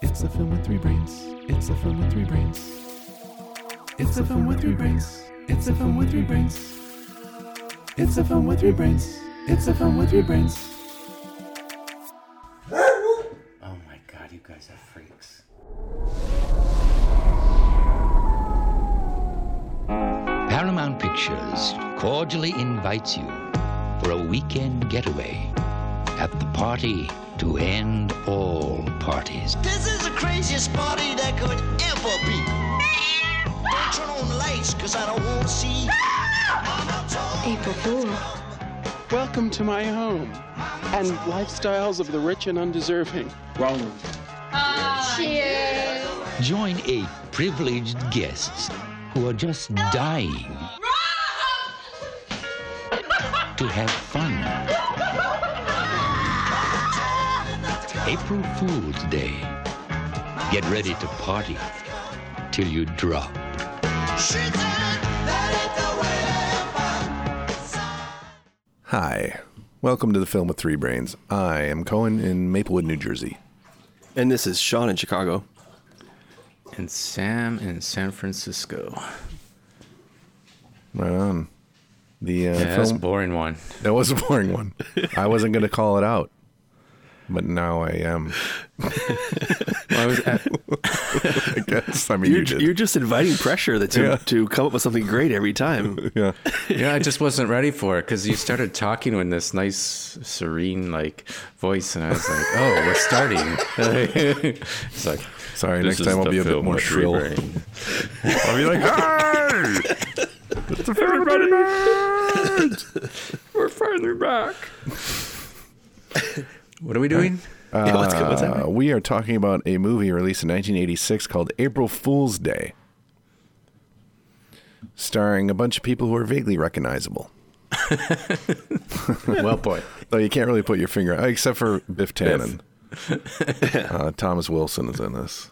It's a film with three brains. It's a film with three brains. It's a film with three brains. It's a film with three brains. It's a film with three brains. It's a film with three brains. Oh my god, you guys are freaks. Paramount Pictures cordially invites you for a weekend getaway at the party to end all parties. This is the craziest party that could ever be. Don't turn on the lights, cause I don't wanna see. April Fool. Welcome to my home and lifestyles of the rich and undeserving. Wrong. Join eight privileged guests who are just dying to have fun. April Fool's Day. Get ready to party till you drop. Hi. Welcome to the film with three brains. I am Cohen in Maplewood, New Jersey. And this is Sean in Chicago. And Sam in San Francisco. Right on. Um, The uh, Yeah, that's a film boring one. that was a boring one. I wasn't going to call it out, but now I am. Well, I was at, I guess. I mean, you, You're, did. you're just inviting pressure that to, Yeah. to come up with something great every time. yeah. yeah, I just wasn't ready for it because you started talking with this nice, serene, like voice, and I was like, "Oh, we're starting." it's like, Sorry. this next is time I'll the be a bit film more with three shrill. brains. I'll be like, "Ah, hey, it's a film with three brains. We're finally back. what are we doing? Yeah, what's, what's Uh, happening? we are talking about a movie released in 1986 called April Fool's Day, starring a bunch of people who are vaguely recognizable. well, boy. Though you can't really put your finger, uh, except for Biff Tannen. uh, Thomas Wilson is in this,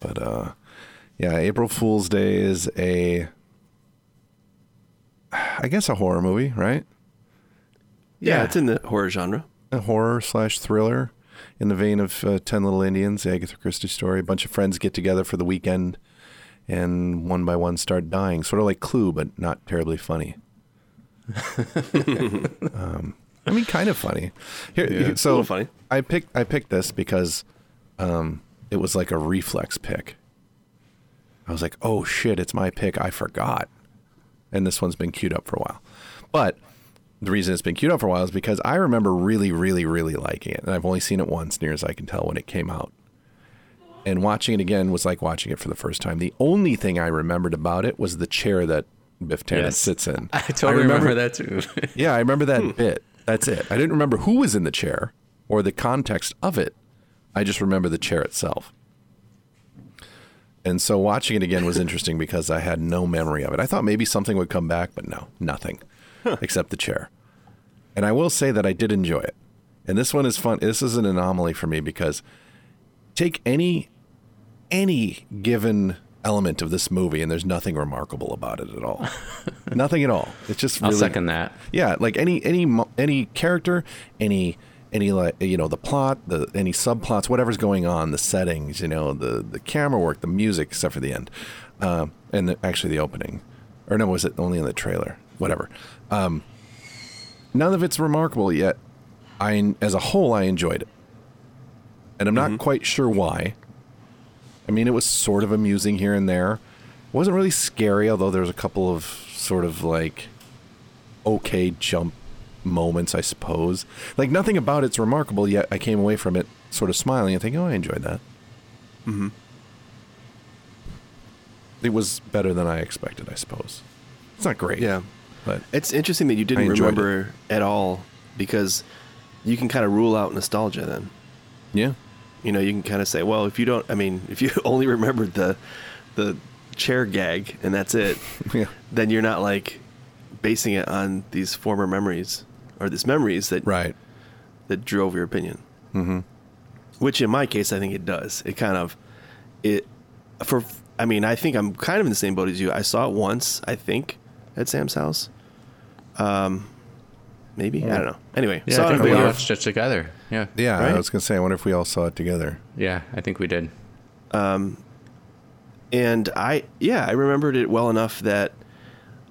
but uh, yeah, April Fool's Day is a, I guess, a horror movie, right? Yeah, it's in the horror genre. a horror slash thriller in the vein of uh, 10 Little Indians, the Agatha Christie story. A bunch of friends get together for the weekend and one by one start dying. Sort of like Clue, but not terribly funny. um, I mean, kind of funny. Here, here- so a little funny. I picked I picked this because um, it was like a reflex pick. I was like, oh shit, it's my pick. I forgot. And this one's been queued up for a while. But the reason it's been queued up for a while is because I remember really, really, really liking it. And I've only seen it once, near as I can tell, when it came out. And watching it again was like watching it for the first time. The only thing I remembered about it was the chair that Biff Tannen Yes. sits in. I totally remember that too. Yeah, I remember that bit. That's it. I didn't remember who was in the chair or the context of it. I just remember the chair itself. And so watching it again was interesting because I had no memory of it. I thought maybe something would come back, but no, nothing except the chair. And I will say that I did enjoy it. And this one is fun. This is an anomaly for me because take any any given element of this movie and there's nothing remarkable about it at all. nothing at all. It's just I'll really second that. yeah, like any any mo- any character, any any like you know the plot, the any subplots, whatever's going on, the settings, you know the the camera work, the music, except for the end, uh, and the, actually the opening, or no, was it only in the trailer? Whatever. Um, none of it's remarkable yet. I as a whole, I enjoyed it, and I'm not quite sure why. I mean, it was sort of amusing here and there. It wasn't really scary, although there was a couple of sort of like okay jump moments, I suppose. Like nothing about it's remarkable, yet I came away from it sort of smiling and thinking, "Oh, I enjoyed that." Mm-hmm. It was better than I expected, I suppose. It's not great, Yeah. but It's interesting that you I didn't enjoyed remember at all because you can kind of rule out nostalgia then. yeah, You know, you can kind of say, well, if you don't, I mean, if you only remembered the the chair gag and that's it, yeah, then you're not like basing it on these former memories or these memories that right, that drove your opinion. Mm-hmm. Which in my case, I think it does. It kind of, it, for, I mean, I think I'm kind of in the same boat as you. I saw it once, I think, at Sam's house. Um, maybe I don't know. Anyway, Yeah, saw I it think on we video. watched it together. Yeah. yeah. I Right? was gonna say, I wonder if we all saw it together. Yeah, I think we did. and I yeah I remembered it well enough that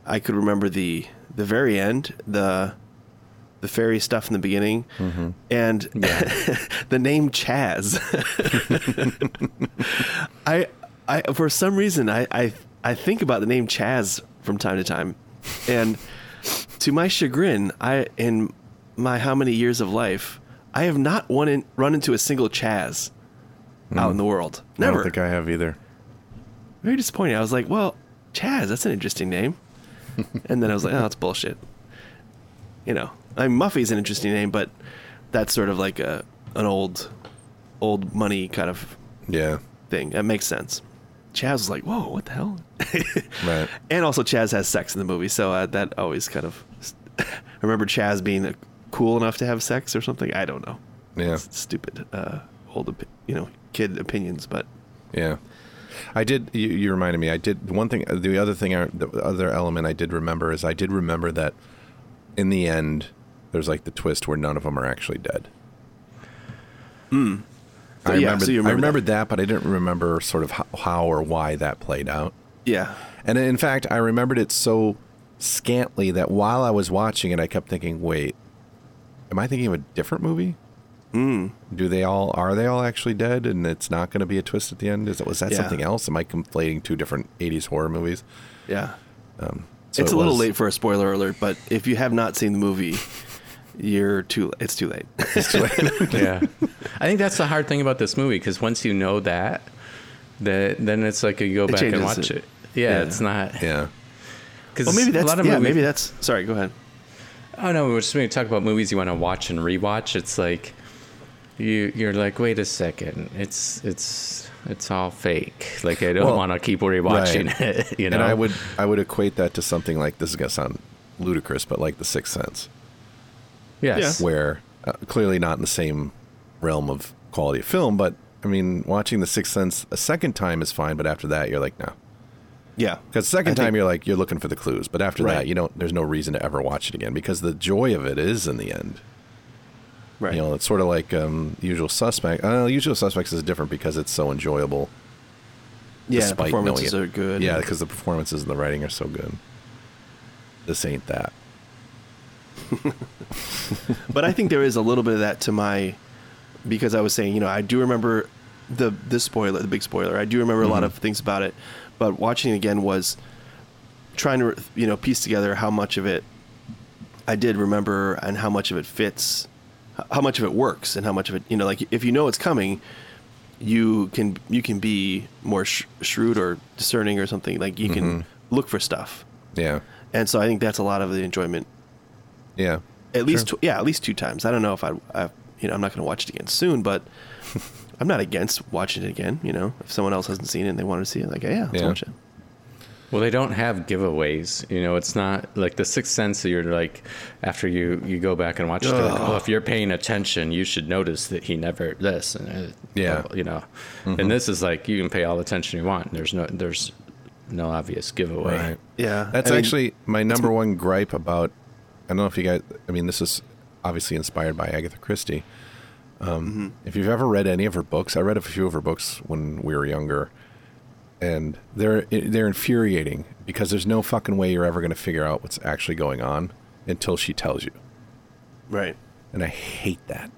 I could remember the the very end the the fairy stuff in the beginning Mm-hmm. and the name Chaz. I I for some reason I I I think about the name Chaz from time to time, and to my chagrin I in my how many years of life I have not one in, run into a single Chaz out in the world. Mm. I Never don't think I have either. very disappointed. I was like, well, Chaz, that's an interesting name. and then I was like, oh, that's bullshit. You know, I mean, Muffy's an interesting name, but that's sort of like a an old, old money kind of Yeah. thing. That makes sense. Chaz was like, whoa, what the hell? Right. and also, Chaz has sex in the movie, so uh, that always kind of. I remember Chaz being uh, cool enough to have sex or something. I don't know. Yeah. Stupid uh, old, opi- you know, kid opinions, but Yeah. I did. You, you reminded me. I did one thing. The other thing, I, the other element I did remember is I did remember that in the end, there's like the twist where none of them are actually dead. I, Yeah, remembered, so I you remember remembered that. but I didn't remember sort of how, how or why that played out. yeah. And in fact, I remembered it so scantly that while I was watching it, I kept thinking, "Wait, am I thinking of a different movie? Hmm. Mm. Do they all are they all actually dead? And it's not going to be a twist at the end? Is it was that Yeah. something else? Am I conflating two different '80s horror movies? Yeah. So it's it a little was- late for a spoiler alert, but if you have not seen the movie, you're too. It's too late. yeah. I think that's the hard thing about this movie because once you know that, that then it's like you go back and changes watch it. it. Yeah, Yeah. it's not. Yeah, Cause well, maybe a that's lot of yeah. movies- Maybe that's. Sorry, go ahead. Oh no, we're just going to talk about movies you want to watch and rewatch. It's like you you're like, wait a second, it's it's it's all fake. Like I don't Well, want to keep rewatching right. it. You know, and I would I would equate that to something like this is going to sound ludicrous, but like The Sixth Sense, yes, where uh, clearly not in the same realm of quality of film, but I mean, watching The Sixth Sense a second time is fine, but after that, you're like, no. Yeah, Because second I time think- you're like you're looking for the clues, but after Right. that you don't. There's no reason to ever watch it again because the joy of it is in the end. right. You know, it's sort of like um, Usual Suspect. Uh, Usual Suspects is different because it's so enjoyable. yeah, the despite performances knowing are it. good. Yeah, because the performances and the writing are so good. This ain't that. but I think there is a little bit of that to my because I was saying, you know, I do remember the the spoiler, the big spoiler. I do remember a lot of things about it, but watching it again was trying to you know piece together how much of it I did remember and how much of it fits, h- how much of it works, and how much of it you know like if you know it's coming, you can you can be more sh- shrewd or discerning or something like you can look for stuff, Yeah, and so I think that's a lot of the enjoyment yeah, at least tw- yeah at least two times i don't know if i, I you know i'm not going to watch it again soon but i'm not against watching it again you know if someone else hasn't seen it and they want to see it like yeah let's Yeah. watch it Well, they don't have giveaways. You know, it's not like the sixth sense. You're like, after you you go back and watch, it, they're like, oh, if you're paying attention, you should notice that he never this and uh, Yeah. Mm-hmm. you know. And this is like you can pay all the attention you want. And there's no there's no obvious giveaway. right. yeah That's I mean, actually my number one gripe about. I don't know if you guys. I mean, this is obviously inspired by Agatha Christie. Mm-hmm. Um, If you've ever read any of her books, I read a few of her books when we were younger, and they're eh, they're infuriating because there's no fucking way you're ever going to figure out what's actually going on until she tells you, right and I hate that.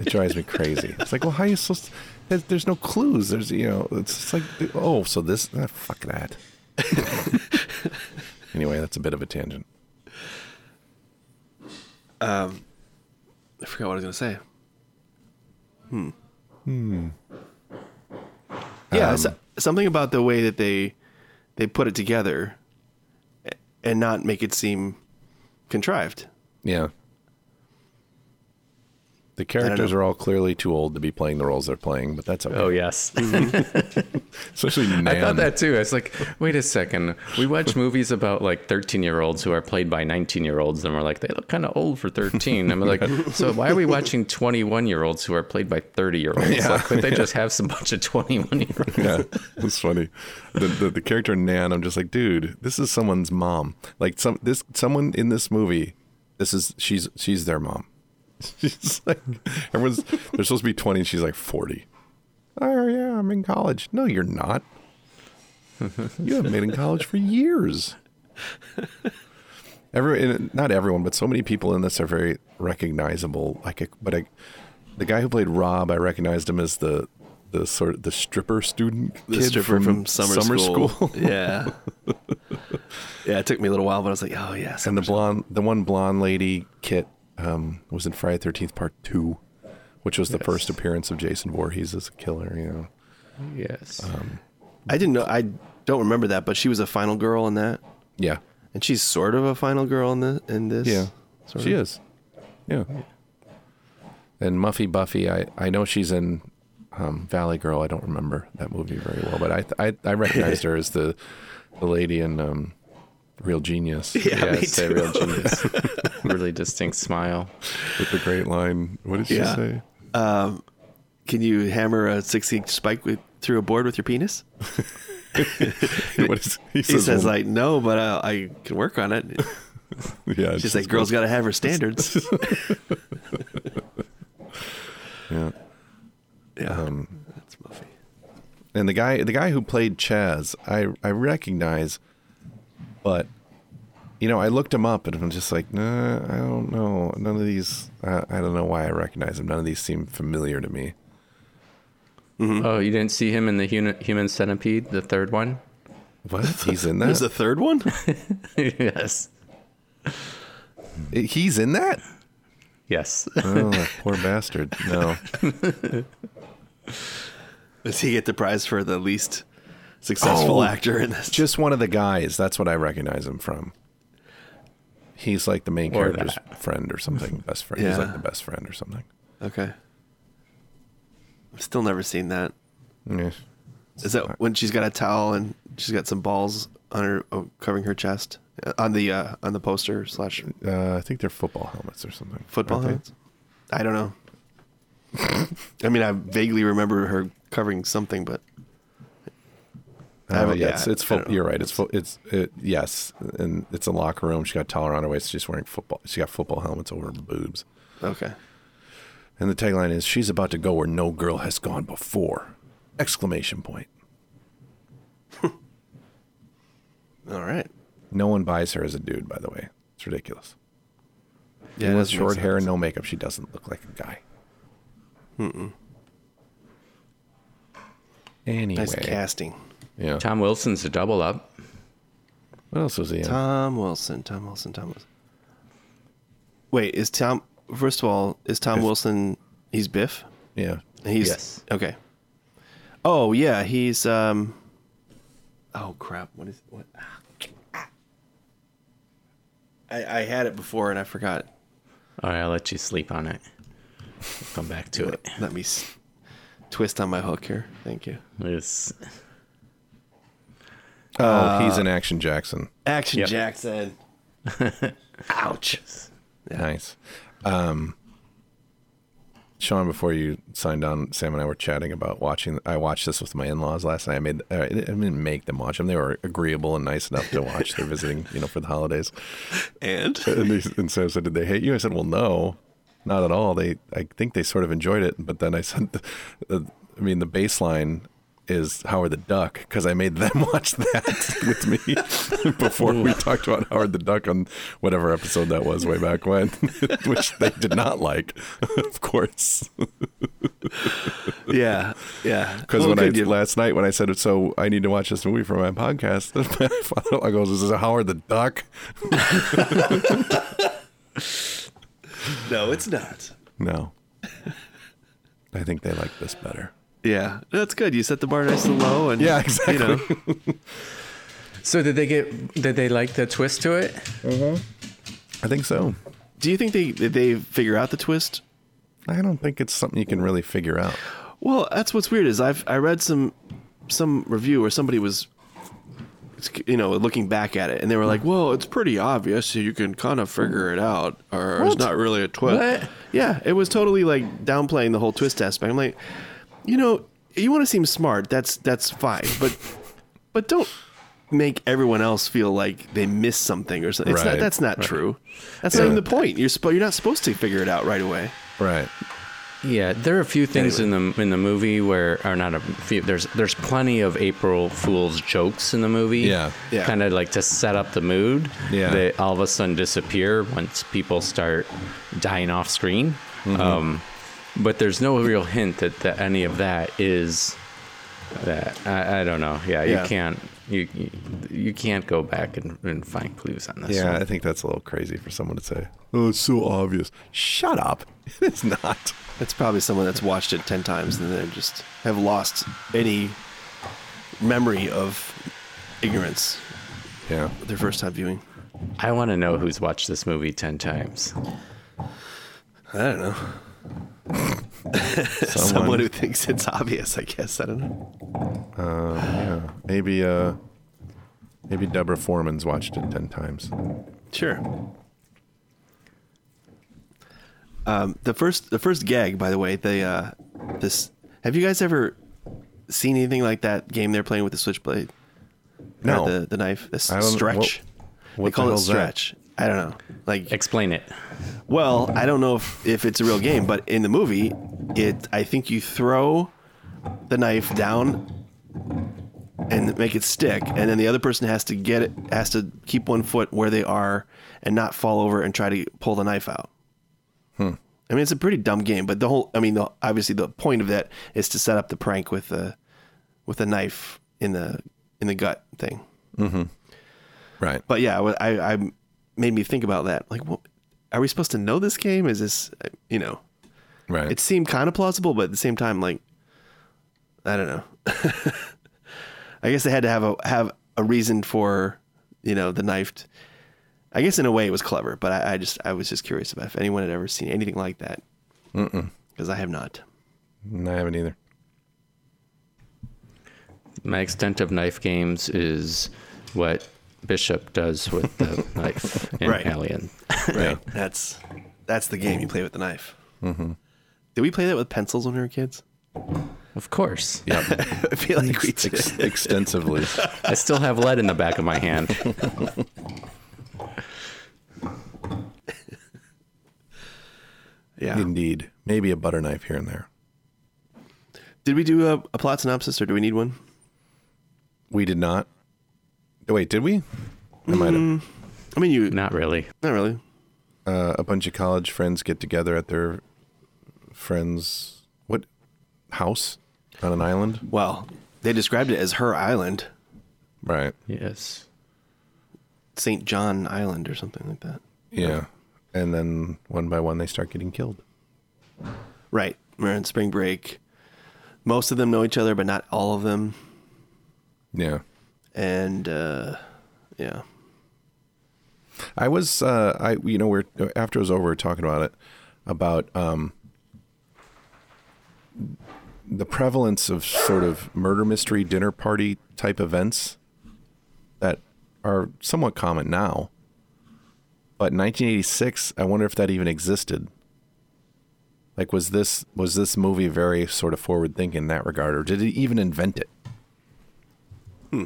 it drives me crazy. It's like, well, how are you supposed? To, there's, there's no clues. There's you know, it's just like, oh, so this, ah, fuck that. Anyway, that's a bit of a tangent. i forgot what i was going to say hmm hmm yeah so- something about the way that they they put it together a- and not make it seem contrived Yeah. The characters know. are all clearly too old to be playing the roles they're playing, but that's okay. Oh yes. Especially Nan. I thought that too. I was like, wait a second. We watch movies about like 13 year olds who are played by 19 year olds, and we're like, they look kind of old for 13. I'm like, so why are we watching 21 year olds who are played by 30 year olds? Yeah. like, could they just have some bunch of 21 year olds? yeah, it's funny. The, the the character Nan, I'm just like, dude, this is someone's mom. Like some this someone in this movie, this is she's she's their mom. she's like, everyone's they're supposed to be twenty. And she's like forty. Oh yeah, I'm in college. No, you're not. You haven't been in college for years. Every and not everyone, but so many people in this are very recognizable. Like, but I, the guy who played Rob, I recognized him as the the sort of the stripper student, The kid stripper from, summer, school. school. yeah. Yeah, it took me a little while, but I was like, oh, yeah. and summer the blonde, the one blonde lady, Kit, um, was in Friday Thirteenth Part Two, which was the first appearance of Jason Voorhees as a killer. You know, Yes. I didn't know. I don't remember that, but she was a final girl in that, yeah, and she's sort of a final girl in the in this. yeah, sort she of. is, yeah. And Muffy Buffy, I I know she's in um, Valley Girl. I don't remember that movie very well, but I I, I recognized her as the the lady in um, Real Genius Yeah, me yes, a too. real genius. really distinct smile. with the great line. What did Yeah. she say? Can you hammer a six-inch spike with, through a board with your penis? What is, He says, like, no, but uh, I can work on it. yeah, She's like, girls got to have her standards. yeah. Um, yeah, that's Muffy. and the guy the guy who played Chaz, I I recognize, but you know I looked him up and I'm just like, nah, I don't know. None of these, I, I don't know why I recognize him. None of these seem familiar to me. Oh, you didn't see him in the human, human centipede, the third one? What? He's in There's a that. third one. yes. He's in that. Yes. Oh, that poor bastard. No, Does he get the prize for the least successful Oh, actor in this? just one of the guys. That's what I recognize him from. He's like the main Or character's friend or something. Best friend. He's Yeah. like the best friend or something. okay. I've still never seen that. Yeah. Is that when she's got a towel and she's got some balls on her oh, covering her chest Uh, on the uh, on the poster slash Uh, I think they're football helmets or something. football aren't they? helmets? I don't know. I mean, I vaguely remember her covering something, but I Oh, haven't- yeah, it's, it's I fo- don't know. you're right. It's fo- it's it, yes, and it's a locker room. She got towel around her waist. She's wearing football. She got football helmets over her boobs. Okay. And the tagline is, "She's about to go where no girl has gone before!" Exclamation point. All right. No one buys her as a dude, by the way. It's ridiculous. Yeah, Even it with doesn't make short hair and sense. no makeup, she doesn't look like a guy. Mm-mm. Anyway, Nice casting. yeah. Tom Wilson's a double up. What else was he in? Tom Wilson. Tom Wilson. Tom Wilson. Wait, is Tom? First of all, is Tom Biff. Wilson? He's Biff. Yeah, He's Yes. okay. Oh yeah, he's um. Oh crap! What is what? ah, I I had it before and I forgot. All right, I'll let you sleep on it. Come back to it. Let me s- twist on my hook here. Thank you. Yes. Oh, he's uh, in Action Jackson. Action Yep. Jackson. Ouch. Nice. Um, Sean, before you signed on, Sam and I were chatting about watching. I watched this with my in-laws last night. I made. Uh, I didn't make them watch them. They were agreeable and nice enough to watch. They're visiting, you know, for the holidays. And And, they, and Sam said, "Did they hate you?" I said, "Well, no, not at all. They, I think they sort of enjoyed it." But then I said, uh, "I mean, the baseline." Is Howard the Duck because I made them watch that with me before we talked about Howard the Duck on whatever episode that was way back when, which they did not like, of course. yeah, yeah. Because Well, when I good, you- last night when I said so, I need to watch this movie for my podcast. My father-in-law goes, "Is this Howard the Duck?" no, it's not. No, I think they like this better. Yeah, that's good. You set the bar nice and low, and Yeah, You exactly. know, So did they get? Did they like the twist to it? I think so. do you think they they figure out the twist I don't think it's something you can really figure out. Well, that's what's weird is I've I read some some review where somebody was you know looking back at it and they were like, "Well, it's pretty obvious, so you can kind of figure it out, or it's not really a twist." What? Yeah, it was totally like downplaying the whole twist aspect. I'm like, you know, you want to seem smart, that's that's fine, but but don't make everyone else feel like they missed something or something. It's Right, not, that's not true. That's Yeah. not even the point. You're spo- you're not supposed to figure it out right away. Right. Yeah, there are a few things in the in the movie where are not a few. There's there's plenty of April Fool's jokes in the movie. Yeah. Yeah. Kind of like to set up the mood. Yeah. They all of a sudden disappear once people start dying off screen. Mm-hmm. Um, but there's no real hint that, that any of that is that. I, I don't know. Yeah, Yeah. you can't you you- you can't go back and, and find clues on this. Yeah, one. I think that's a little crazy for someone to say. Oh, it's so obvious. Shut up. It's not. That's probably someone that's watched it ten times and then just have lost any memory of ignorance Yeah. their first time viewing. I want to know who's watched this movie ten times. I don't know. Someone, who thinks it's obvious, I guess. I don't know. Yeah. Maybe uh maybe Deborah Foreman's watched it 10 times. Sure. Um, the first, the first gag, by the way, they uh, this. Have you guys ever seen anything like that game they're playing with the switchblade? Or No. the, the knife. The s- I don't- stretch. what they the call it hell's that? stretch. I don't know. Like Explain it. Well, I don't know if, if it's a real game, but in the movie, it I think you throw the knife down and make it stick, and then the other person has to get it has to keep one foot where they are and not fall over and try to pull the knife out. I mean, it's a pretty dumb game, but the whole I mean, the, obviously the point of that is to set up the prank with the with the knife in the in the gut thing. Right. But yeah, I, I, I made me think about that. Like, what, are we supposed to know this game? Is this, uh, you know, Right. it seemed kind of plausible, but at the same time, like, I don't know. I guess they had to have a have a reason for, you know, the knife. t- I guess in a way it was clever, but I, I just I was just curious about if anyone had ever seen anything like that. Because I have not. No, I haven't either. My extent of knife games is what Bishop does with the knife in Right. Alien. Right. That's that's the game you play with the knife. Mm-hmm. Did we play that with pencils when we were kids? Of course. I feel like we did. Ex- extensively. I still have lead in the back of my hand. Yeah. Indeed. Maybe a butter knife here and there. Did we do a, a plot synopsis, or do we need one? We did not. Wait, did we? I might have. I mean, you Not really. not really. Uh, a bunch of college friends get together at their friends' what house on an island? Well, they described it as her island, Right. Yes. Saint John Island, or something like that. Yeah. And then one by one they start getting killed. Right. We're in spring break. Most of them know each other, but not all of them. Yeah. And uh, yeah, I was uh I you know we're after it was over we were talking about it about um the prevalence of sort of murder mystery dinner party type events that are somewhat common now. But in 1986, I wonder if that even existed. Like was this was this movie very sort of forward thinking in that regard or did it even invent it? Hmm.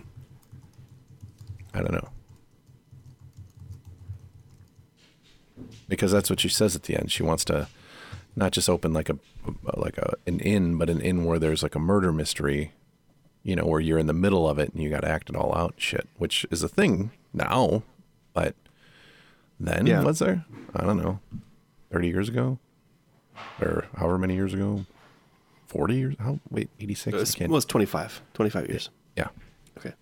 I don't know. because that's what she says at the end. She wants to not just open like a like a an inn, but an inn where there's like a murder mystery, you know, where you're in the middle of it and you got to act it all out, and shit, which is a thing now, but then Yeah. was there? I don't know, thirty years ago, or however many years ago, forty years? How wait, eighty it six? was, well, it's 25, 25 years. Yeah, Okay.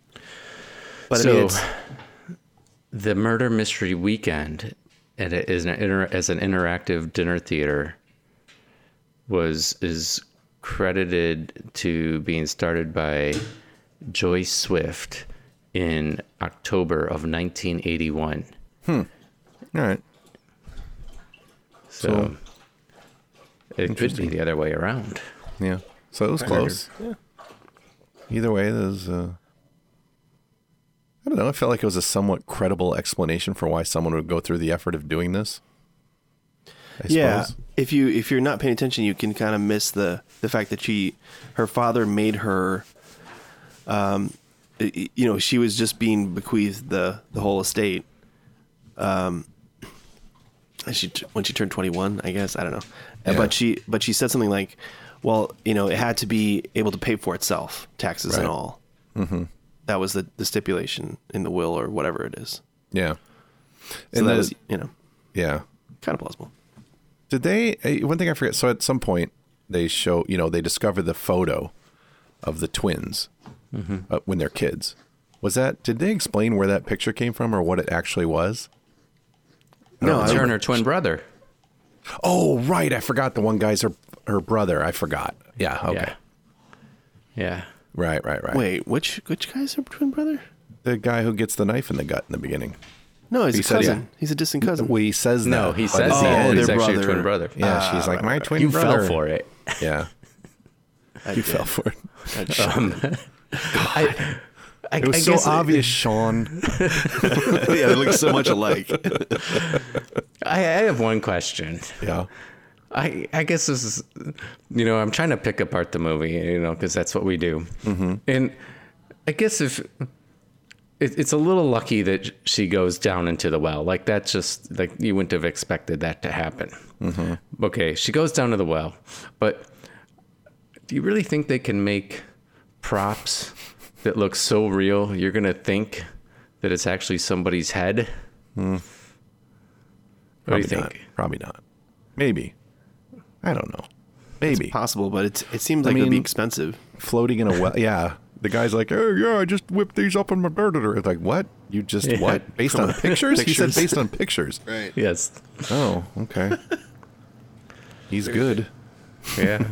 But so I mean, it's, the murder mystery weekend and it is an inter- as an interactive dinner theater was is credited to being started by Joy Swift in October of 1981. all right, So, it could be the other way around. yeah. So it was close. Either way, there's. Uh, I don't know. I felt like it was a somewhat credible explanation for why someone would go through the effort of doing this. I yeah. suppose. If you if you're not paying attention, you can kind of miss the the fact that she her father made her um, y- you know, she was just being bequeathed the the whole estate. Um, and she t- when she turned twenty one, I guess I don't know, Uh, Yeah. but she but she said something like, "Well, you know, it had to be able to pay for itself, taxes and Right. all." Mm-hmm. That was the the stipulation in the will or whatever it is. Yeah. So And that the- was you know yeah. kind of plausible. Did they? eh, One thing I forget. So at some point, they show you know they discover the photo of the twins uh, when they're kids. Was that? Did they explain where that picture came from or what it actually was? No, it's her and her twin brother. Oh, right. I forgot. The one guy's her her brother. I forgot. Yeah. Okay. Yeah. Yeah. Right. Right. Right. Wait, which which guy's her twin brother? The guy who gets the knife in the gut in the beginning. No, he's He a said, cousin. yeah. He's a distant cousin. Well, he says No, that, he but says at Oh, the that. end- He's their actually a brother. twin brother. Ah. Yeah, she's like my twin You brother. fell for it. Yeah, you fell for it. I, I, It was I so guess obvious, Sean. yeah, they look so much alike. I, I have one question. Yeah, I, I guess this is, you know, I'm trying to pick apart the movie, you know, because that's what we do. And I guess if it, it's a little lucky that she goes down into the well, like that's just like you wouldn't have expected that to happen. Okay, she goes down to the well, but do you really think they can make props that look so real? You're gonna think that it's actually somebody's head. What do you probably think? not. Probably not. Maybe. I don't know. Maybe Possible, but it's, it seems like it'd be mean- expensive. floating in a well. Yeah, the guy's like, "Oh yeah, I just whipped these up on my bird." It's like, what? You just Yeah. what? Based on pictures? He said Pictures. based on pictures. Right. Yes. Oh, okay. He's good. Yeah.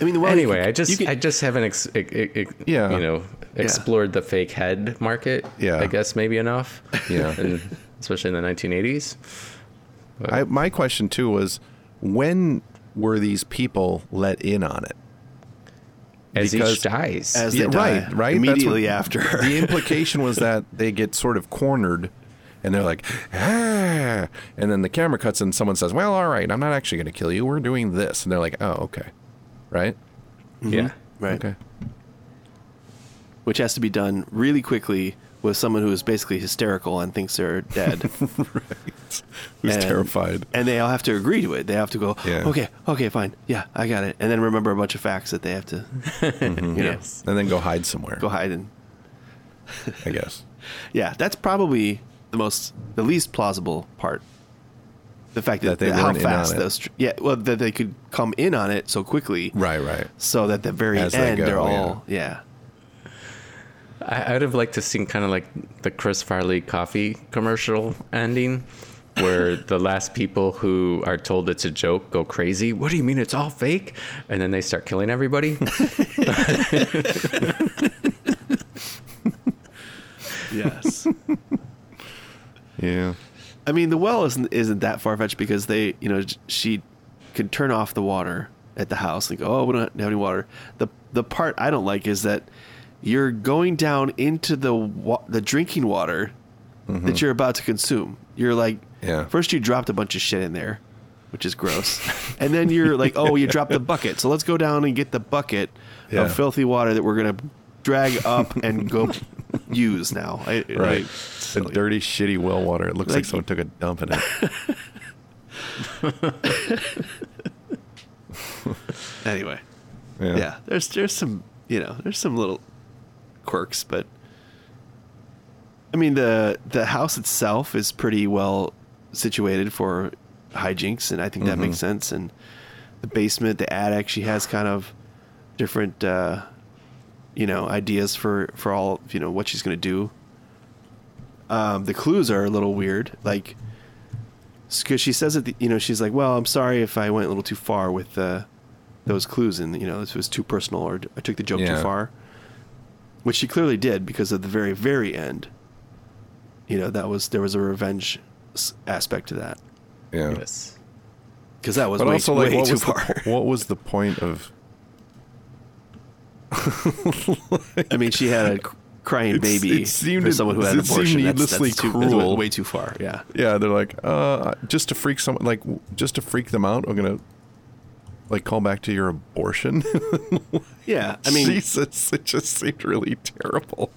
I mean, well, anyway, I just you could- I just haven't ex- ex- ex- Yeah. you know explored the fake head market. Yeah. I guess maybe enough. Yeah. and especially in the 1980s. I, my question too was, when were these people let in on it? As Because- each dies, as Yeah, they die right, right. That's immediately what- after. the implication was that they get sort of cornered and they're like, ah. And then the camera cuts and someone says, well, all right, I'm not actually going to kill you. We're doing this. And they're like, oh, okay. Right? yeah, right, Okay. which has to be done really quickly with someone who is basically hysterical and thinks they're dead. Who's and, terrified? and they all have to agree to it. They have to go, Yeah. okay, okay, fine, yeah, I got it, and then remember a bunch of facts that they have to, Mm-hmm. you know, yes, And then go hide somewhere, go hide in. I guess. Yeah, that's probably the most, the least plausible part. The fact That that, they how weren't in on fast it. those, tr- yeah, well, that they could come in on it so quickly, Right, right. So that the very As they end, go, they are all, yeah. I, I'd have liked to seen kind of like the Chris Farley coffee commercial ending. Where the last people who are told it's a joke go crazy. What do you mean it's all fake? And then they start killing everybody. Yes. Yeah. I mean, the well isn't isn't that far fetched because they, you know, j- she could turn off the water at the house and go, "Oh, we don't have any water." The the part I don't like is that you're going down into the wa- the drinking water that you're about to consume. You're like, Mm-hmm. Yeah. First, you dropped a bunch of shit in there, which is gross, and then you're like, "Oh, you dropped the bucket, so let's go down and get the bucket Yeah. of filthy water that we're gonna drag up and go use now." I, I- Right. The silly. dirty, shitty well water. It looks like, Like- someone took a dump in it. Anyway. yeah there's there's some you know there's some little quirks but i mean the the house itself is pretty well situated for hijinks and i think that makes sense and the basement the attic she has kind of different uh you know ideas for for all you know what she's gonna do um the clues are a little weird like because she says that you know she's like well i'm sorry if i went a little too far with uh those clues and you know this was too personal or i took the joke Yeah. too far which she clearly did because at the very very end you know that was there was a revenge s- aspect to that Yeah. yes. because that was But way, also, like, way what too was, the, far po- what was the point of. i mean she had a c- crying It's- baby it seemed- for someone who had an it seemed abortion that's, that's needlessly too, cruel. way too far yeah Yeah, they're like, uh, just to freak someone, like, just to freak them out, I'm going to like call back to your abortion. Yeah, I mean, Jesus, it just seemed really terrible.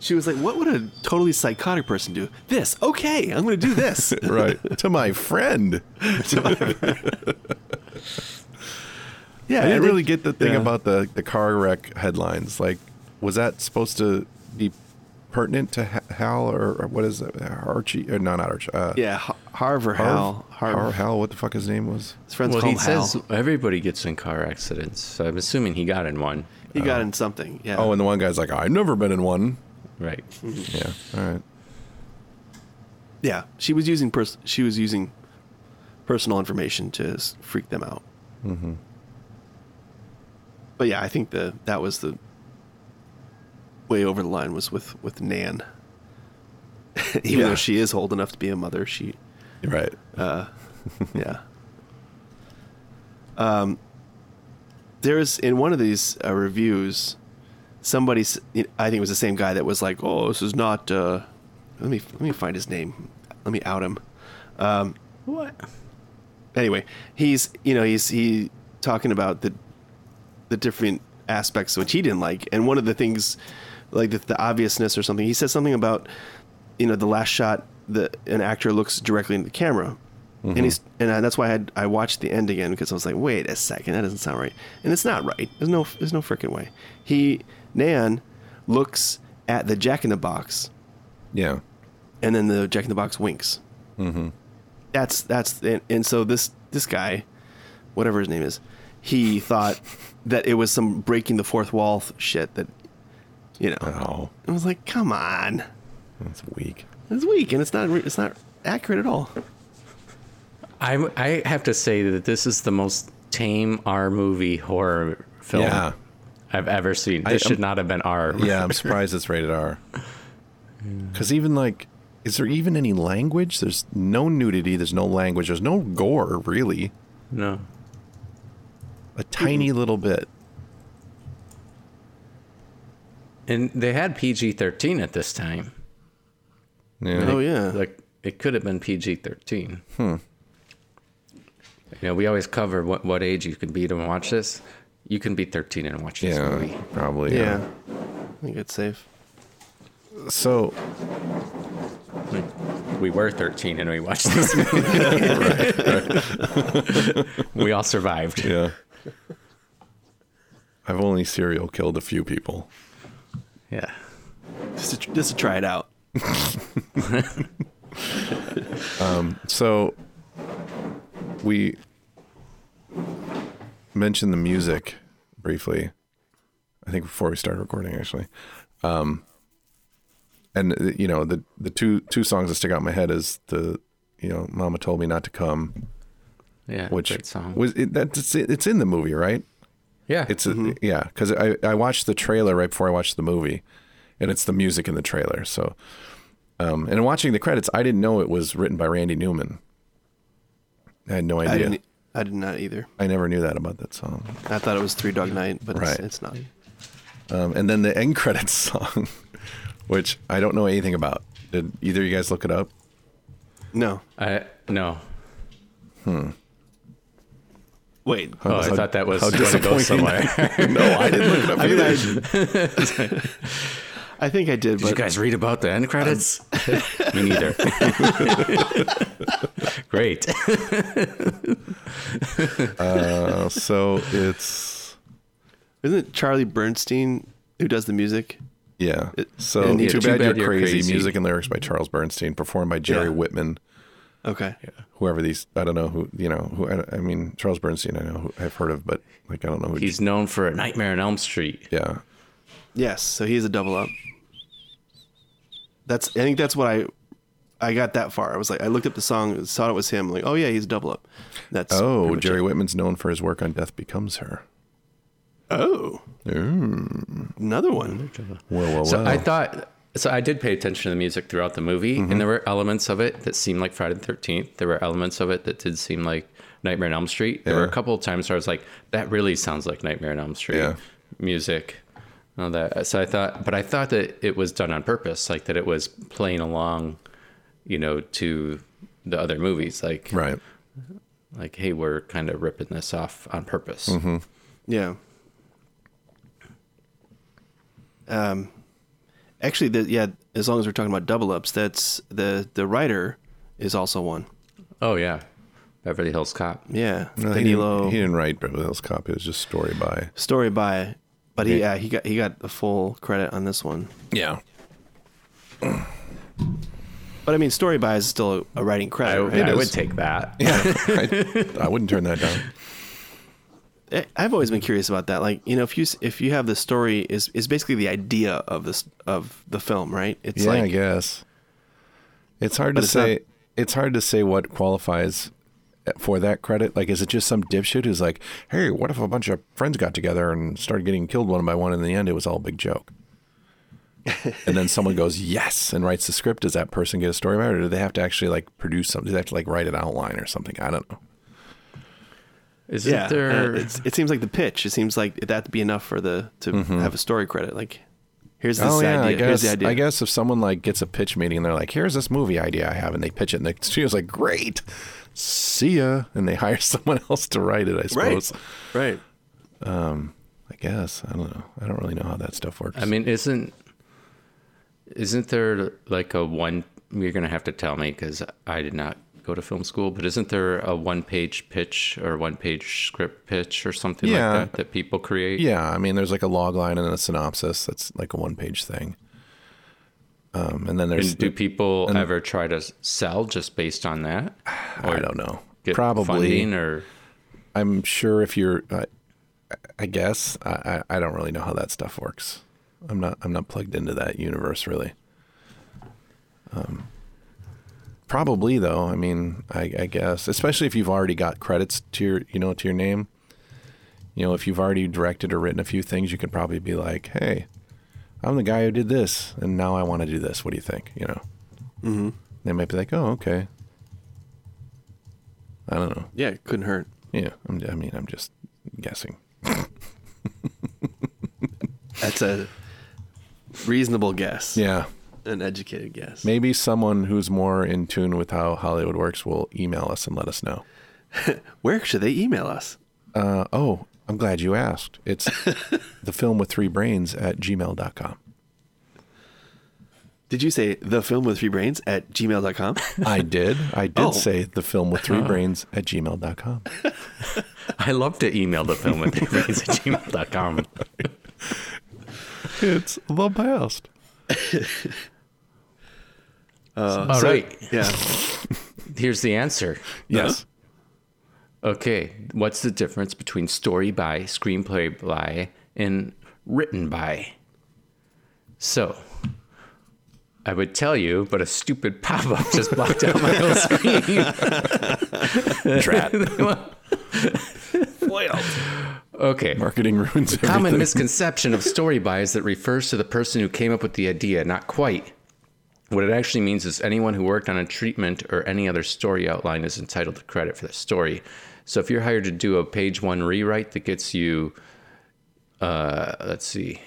she was like, "What would a totally psychotic person do? This? Okay, I'm going to do this." right to my friend. yeah, I didn't think- really get the thing yeah. about the, the car wreck headlines. Like, was that supposed to be pertinent to Ha- Hal or, or what is it? Archie? Or no, not Archie. Uh, yeah, Har- Harv or Hal. Harv, Harv, Hal, what the fuck his name was? His friends well, call he him Hal. says everybody gets in car accidents. So I'm assuming he got in one. he got uh, in something. Yeah. Oh, and the one guy's like, I've never been in one. Right. Mm-hmm. Yeah. All right. yeah. She was using pers- she was using personal information to s- freak them out. Mm-hmm. But yeah, I think the that was the way over the line was with with Nan. Even Yeah. though she is old enough to be a mother, she You're right. yeah. Um, there's in one of these uh, reviews, somebody s- I think it was the same guy that was like, "Oh, this is not." Uh, let me let me find his name. Let me out him. Um, What? anyway, he's you know he's he talking about the the different aspects which he didn't like, and one of the things like the, the obviousness or something. He says something about you know the last shot the an actor looks directly into the camera. And he's and I, that's why I, had, I watched the end again because I was like, wait a second, that doesn't sound right, and it's not right. There's no there's no freaking way. He Nan looks at the Jack in the Box Yeah. and then the Jack in the Box winks. Mm-hmm. That's that's and, and so this this guy, whatever his name is, he thought that it was some breaking the fourth wall th- shit. That you know, Oh, I was like, come on, that's weak. it's weak and it's not re- it's not accurate at all. I I have to say that this is the most tame R movie horror film Yeah. I've ever seen. I- This I'm- should not have been R. Yeah, I'm surprised it's rated R. Because even like, is there even any language? There's no nudity. There's no language. There's no gore, really. No. A tiny little bit. And they had PG thirteen at this time. Yeah. Oh yeah, Like it could have been PG thirteen. Hmm. You know, we always cover what what age you can be to watch this. You can be thirteen and watch this movie. yeah, probably. yeah. I think it's safe. So We were thirteen and we watched this movie. we all survived. yeah, I've only serial killed a few people. Yeah. Just to, tr- just to try it out. So we mentioned the music briefly. I think before we started recording, actually. Um, and uh, you know the the two two songs that stick out in my head is the you know Mama told me not to come, Yeah. which great song. was it, that's it's in the movie, right? yeah. It's a, Mm-hmm. yeah, because I I watched the trailer right before I watched the movie, and it's the music in the trailer. So, um, and watching the credits, I didn't know it was written by Randy Newman. I had no I idea. didn't. e- I did not either. I never knew that about that song. I thought it was Three Dog Night, but it's, Right. it's not. Um, and then the end credits song, which I don't know anything about. Did either of you guys look it up? No. I no. Wait. Oh, I how- thought that was how going to go somewhere. no, I didn't look it up. I mean, either. I, I think I did, Did you but guys read about the end credits? Me neither. Great. Uh, so it's Isn't it Charlie Bernstein who does the music? yeah. So and too, yeah, bad, you're, crazy. Music and lyrics by Charles Bernstein, performed by Jerry Yeah. Whitman. Okay. whoever these I don't know who you know who I, I mean Charles Bernstein I know who I've heard of but like I don't know who He's known for a Nightmare on Elm Street. yeah Yes, so he's a double up. That's I think that's what I I got that far. I was like I looked up the song, saw it was him, like, oh yeah, he's a double up. That's pretty oh much Jerry it. Whitman's known for his work on Death Becomes Her Oh. Hmm. Another one. well well So well I thought, so I did pay attention to the music throughout the movie, Mm-hmm. and there were elements of it that seemed like Friday the 13th. There were elements of it that did seem like Nightmare on Elm Street. There were Yeah. a couple of times where I was like, that really sounds like Nightmare on Elm Street Yeah. music. and All that. So I thought, but I thought that it was done on purpose, like that it was playing along, you know, to the other movies. Like, right like, hey, we're kind of ripping this off on purpose. Mm-hmm. Yeah. Um, actually, the, yeah. As long as we're talking about double ups, that's the the writer is also one. Oh yeah, Beverly Hills Cop. Yeah, No, he, Danilo didn't, he didn't write Beverly Hills Cop. It was just story by. story by, but he yeah he got he got the full credit on this one. Yeah. But I mean, story by is still a writing I, credit. right? I is. would take that. I, I wouldn't turn that down. I- Eh, I've always been curious about that. Like, you know, if you s- if you have the story is is basically the idea of this of the film, right? It's yeah, I like guess. It's hard to But it's say. not- it's hard to say what qualifies eh, for that credit. Like, is it just some dipshit who's like, "Hey, what if a bunch of friends got together and started getting killed one by one? And in the end, it was all a big joke." and then someone goes yes and writes the script. Does that person get a story about it, or do they have to actually like produce something? Do they have to like write an outline or something? I don't know. Isn't yeah, there? uh, it's, it seems like the pitch. It seems like that'd be enough for the to have a story credit. Like, here's this Mm-hmm. oh yeah, idea. I guess. here's the idea. I guess if someone like gets a pitch meeting and they're like, "Here's this movie idea I have," and they pitch it, and the studio's like, "Great, see ya," and they hire someone else to write it. I suppose. right. I guess I don't know. I don't really know how that stuff works. I mean, isn't isn't there like a one? You're gonna have to tell me because I did not go to film school. But isn't there a one-page pitch or one-page script pitch or something Yeah. like that that people create? yeah, I mean, there's like a log line and a synopsis. That's like a one page thing. Um, and then there's And do people ever try to sell just based on that? I don't know. Get Probably. funding or I'm sure if you're, I, I guess I, I I don't really know how that stuff works. I'm not I'm not plugged into that universe really. Um, probably though. I mean, I, I guess especially if you've already got credits to your you know to your name. You know, if you've already directed or written a few things, you could probably be like, "Hey, I'm the guy who did this, and now I want to do this. What do you think?" You know. Mm-hmm. They might be like, "Oh, okay." I don't know. Yeah, it couldn't hurt. Yeah, I'm, I mean, I'm just guessing. That's a reasonable guess. Yeah, an educated guess. maybe someone who's more in tune with how Hollywood works will email us and let us know. Where should they email us? Uh, oh, I'm glad you asked. It's the film with three brains at gmail.com. Did you say the film with three brains at gmail.com? I did. I did Oh. say the film with three brains at gmail.com. I love to email the film at gmail.com. It's the best. All right, yeah. here's the answer. Yes. Okay, what's the difference between story by, screenplay by, and written by? So, I would tell you, but a stupid pop up just blocked out my whole screen. Okay. Marketing ruins everything. Common misconception of story by is that it refers to the person who came up with the idea, not quite. What it actually means is anyone who worked on a treatment or any other story outline is entitled to credit for the story. So if you're hired to do a page one rewrite that gets you, uh, let's see,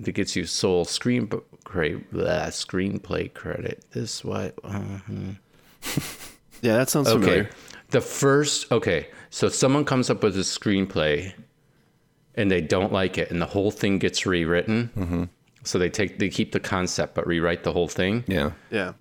that gets you sole screen cra- blah, screenplay credit. This what? uh-huh. Yeah, that sounds familiar. Okay. The first, okay. So someone comes up with a screenplay and they don't like it and the whole thing gets rewritten. Mm-hmm. So they take, they keep the concept but rewrite the whole thing. Yeah. Yeah.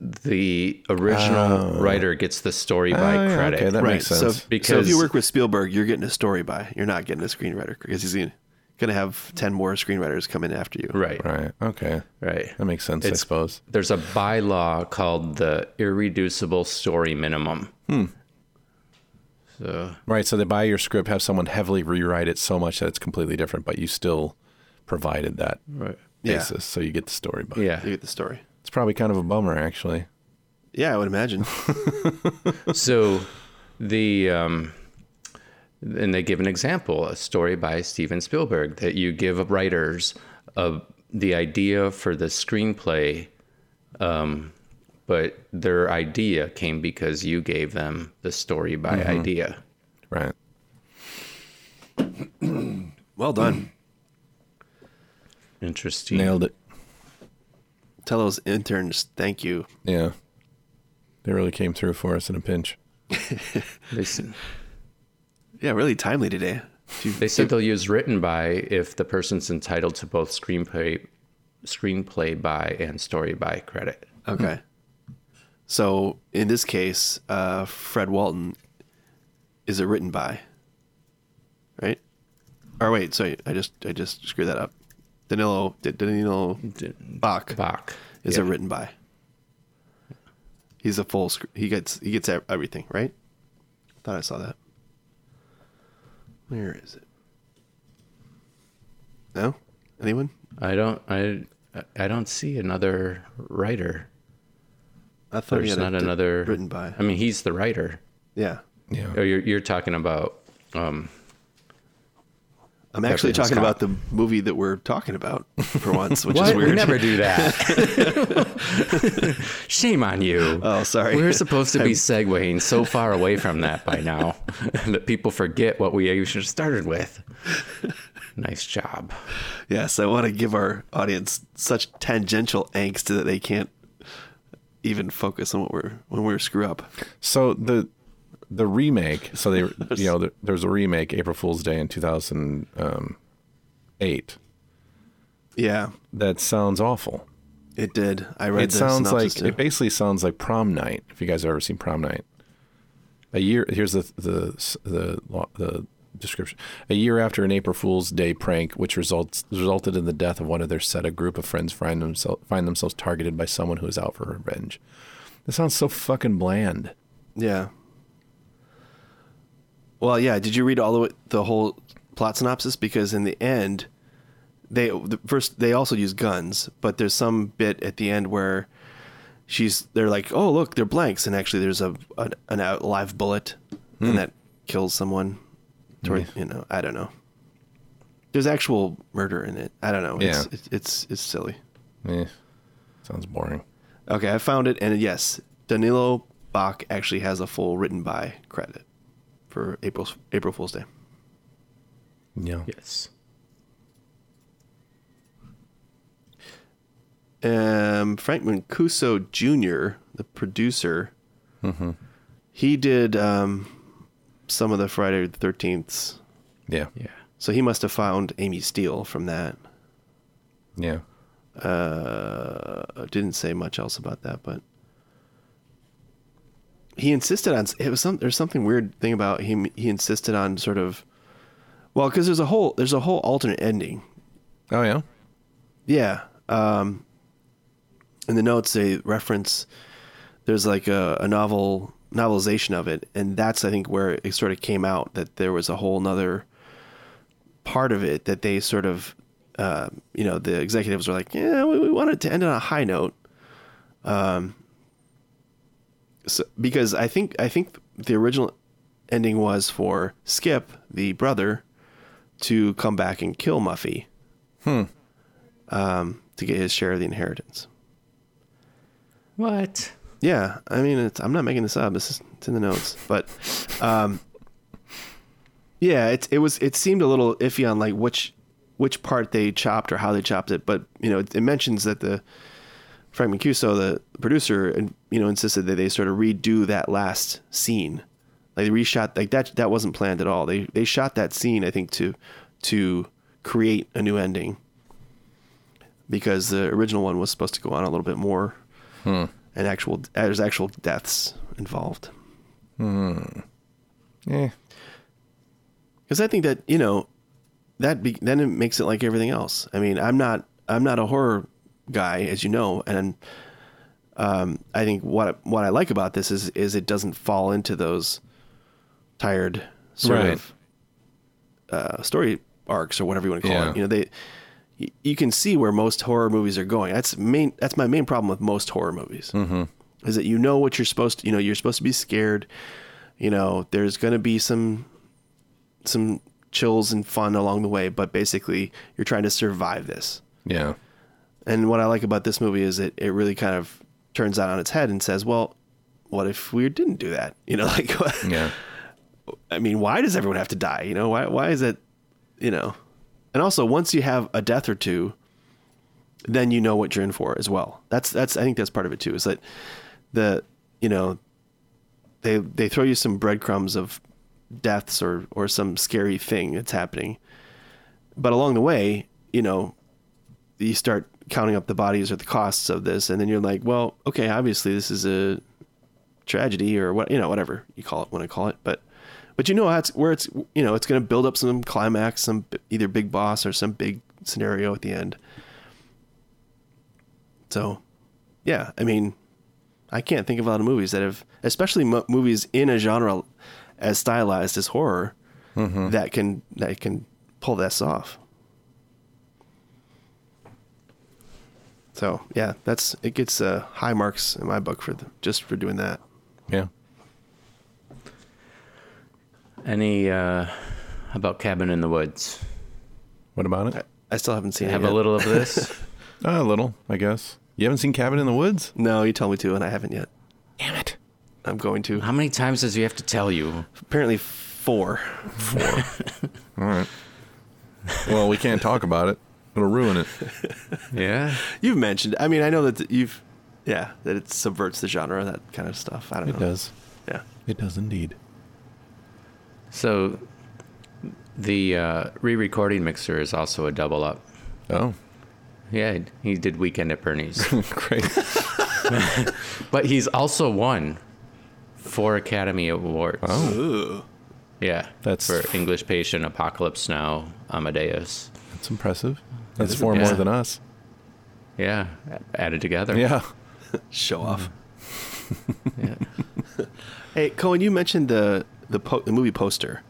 The original writer gets the story by Oh, yeah, credit. Okay, that right. makes sense. So, if, so if Because- you work with Spielberg, you're getting a story by. You're not getting a screenwriter because he's going to have 10 more screenwriters coming after you. right. Right. right. Okay. That makes sense, I It's- suppose. There's a bylaw called the irreducible story minimum. So Right. So they buy your script, have someone heavily rewrite it so much that it's completely different, but you still provided that right. Yeah. basis. So you get the story. But Yeah. You get the story. it's probably kind of a bummer, actually. Yeah, I would imagine. so the um, and they give an example a story by steven spielberg that you give writers uh, the idea for the screenplay um, but their idea came because you gave them the story by idea Right. well done. interesting Nailed it. Tell those interns thank you. Yeah. They really came through for us in a pinch. They, s- Yeah, really timely today. they said they'll use written by if the person's entitled to both screenplay, screenplay by and story by credit. Okay. Hmm. So in this case, uh, Fred Walton is it written by? Right? Or wait, sorry, I just I just screwed that up. Danilo D- Danilo Bach Bach. is Yeah. it written by? He's a full sc- he gets he gets ev- everything, right? Thought I saw that. Where is it? No? Anyone? I don't. I. I don't see another writer. I thought he There's had it not d- another written by. I mean, he's the writer. Yeah. Yeah. Oh, you're you're talking about. Um, I'm actually Beverly talking Hills about the movie that we're talking about for once, which is what? weird. We never do that. Shame on you. Oh, sorry. We're supposed to be segueing so far away from that by now that people forget what we actually started with. Nice job. Yes, I want to give our audience such tangential angst that they can't even focus on what we're when we're screw up. So the the remake. So they, you know, there, there was a remake, April Fool's Day in two thousand um, eight. Yeah, That sounds awful. it did. I read. it the sounds like synopsis, it too. basically sounds like prom night. If you guys have ever seen prom night, a year here's the the the law- the description. A year after an April Fool's Day prank, which results resulted in the death of one of their set, a group of friends find themselves find themselves targeted by someone who is out for revenge. That sounds so fucking bland. yeah. Well, yeah. Did you read all the way, the whole plot synopsis? Because in the end, they the first they also use guns, but there's some bit at the end where she's they're like, oh look, they're blanks, and actually there's a an, an out, live bullet, and that kills someone. Toward, You know, I don't know. There's actual murder in it. I don't know. It's, Yeah. it's it's it's silly. Eh, sounds boring. Okay, I found it, and yes, Danilo Bach actually has a full written by credit for April April Fool's Day. Yeah. Yes. um, Frank Mancuso Jr., the producer, he did um, some of the Friday the 13th. Yeah. Yeah. So he must have found Amy Steele from that. Yeah. Uh, didn't say much else about that, but he insisted on it was some there's something weird thing about him. He insisted on sort of well, because there's a whole there's a whole alternate ending Oh yeah. Yeah. Um, in the notes, they reference there's like a, a novel novelization of it, and that's I think where it sort of came out that there was a whole nother part of it that they sort of uh, you know the executives were like, yeah, we, we want it to end on a high note. Um, so, because I think I think the original ending was for Skip, the brother, to come back and kill Muffy to get his share of the inheritance. What? Yeah, I mean, it's, I'm not making this up. This is it's in the notes, but um, yeah, it it was it seemed a little iffy on like which which part they chopped or how they chopped it, but you know, it, it mentions that the Frank Mancuso, the producer, and you know, insisted that they sort of redo that last scene. Like they reshot like that that wasn't planned at all. They they shot that scene I think to to create a new ending. Because the original one was supposed to go on a little bit more and actual there's actual deaths involved. Yeah. Because I think that you know that be, then it makes it like everything else. I mean, I'm not I'm not a horror guy, as you know, and um, I think what what I like about this is is it doesn't fall into those tired sort Right. of uh, story arcs or whatever you want to call Yeah. it. You know, they y- you can see where most horror movies are going. That's main. That's my main problem with most horror movies. Mm-hmm. Is that you know what you're supposed to. You know, you're supposed to be scared. You know, there's going to be some some chills and fun along the way, but basically you're trying to survive this. Yeah. And what I like about this movie is it, it really kind of turns that on its head and says, well, what if we didn't do that? You know, like, Yeah. I mean, why does everyone have to die? You know, why, why is it, you know, and also once you have a death or two, then you know what you're in for as well. That's, that's, I think that's part of it too, is that the, you know, they they throw you some breadcrumbs of deaths or or some scary thing that's happening. But along the way, you know, you start counting up the bodies or the costs of this, and then you're like, well, okay, obviously this is a tragedy or what you know, whatever you call it, want to call it, but but you know that's where it's you know it's going to build up some climax, some b- either big boss or some big scenario at the end. So, yeah, I mean, I can't think of a lot of movies that have, especially mo- movies in a genre as stylized as horror, that can that can pull this off. So yeah, that's it gets uh, high marks in my book for the, just for doing that. Yeah. Any uh, about Cabin in the Woods? What about it? I still haven't seen Have it. a yet. little of this. Uh, a little, I guess. You haven't seen Cabin in the Woods? No, you told me to, and I haven't yet. Damn it. I'm going to. How many times does he have to tell you? Apparently four. All right. Well, we can't talk about it. It'll ruin it. Yeah. You've mentioned. I mean, I know that you've, yeah, that it subverts the genre, that kind of stuff. I don't know. Yeah. It does indeed. So the uh, re-recording mixer is also a double up. Oh, Yeah, he did Weekend at Bernie's, great. but he's also won four Academy Awards. Oh. Ooh. Yeah, That's- for English Patient, Apocalypse Now, Amadeus. That's impressive. That's is four more impressive. than us. Yeah, a- added together. Yeah. Show off. Yeah. Hey, Cohen, you mentioned the the, po- the movie poster.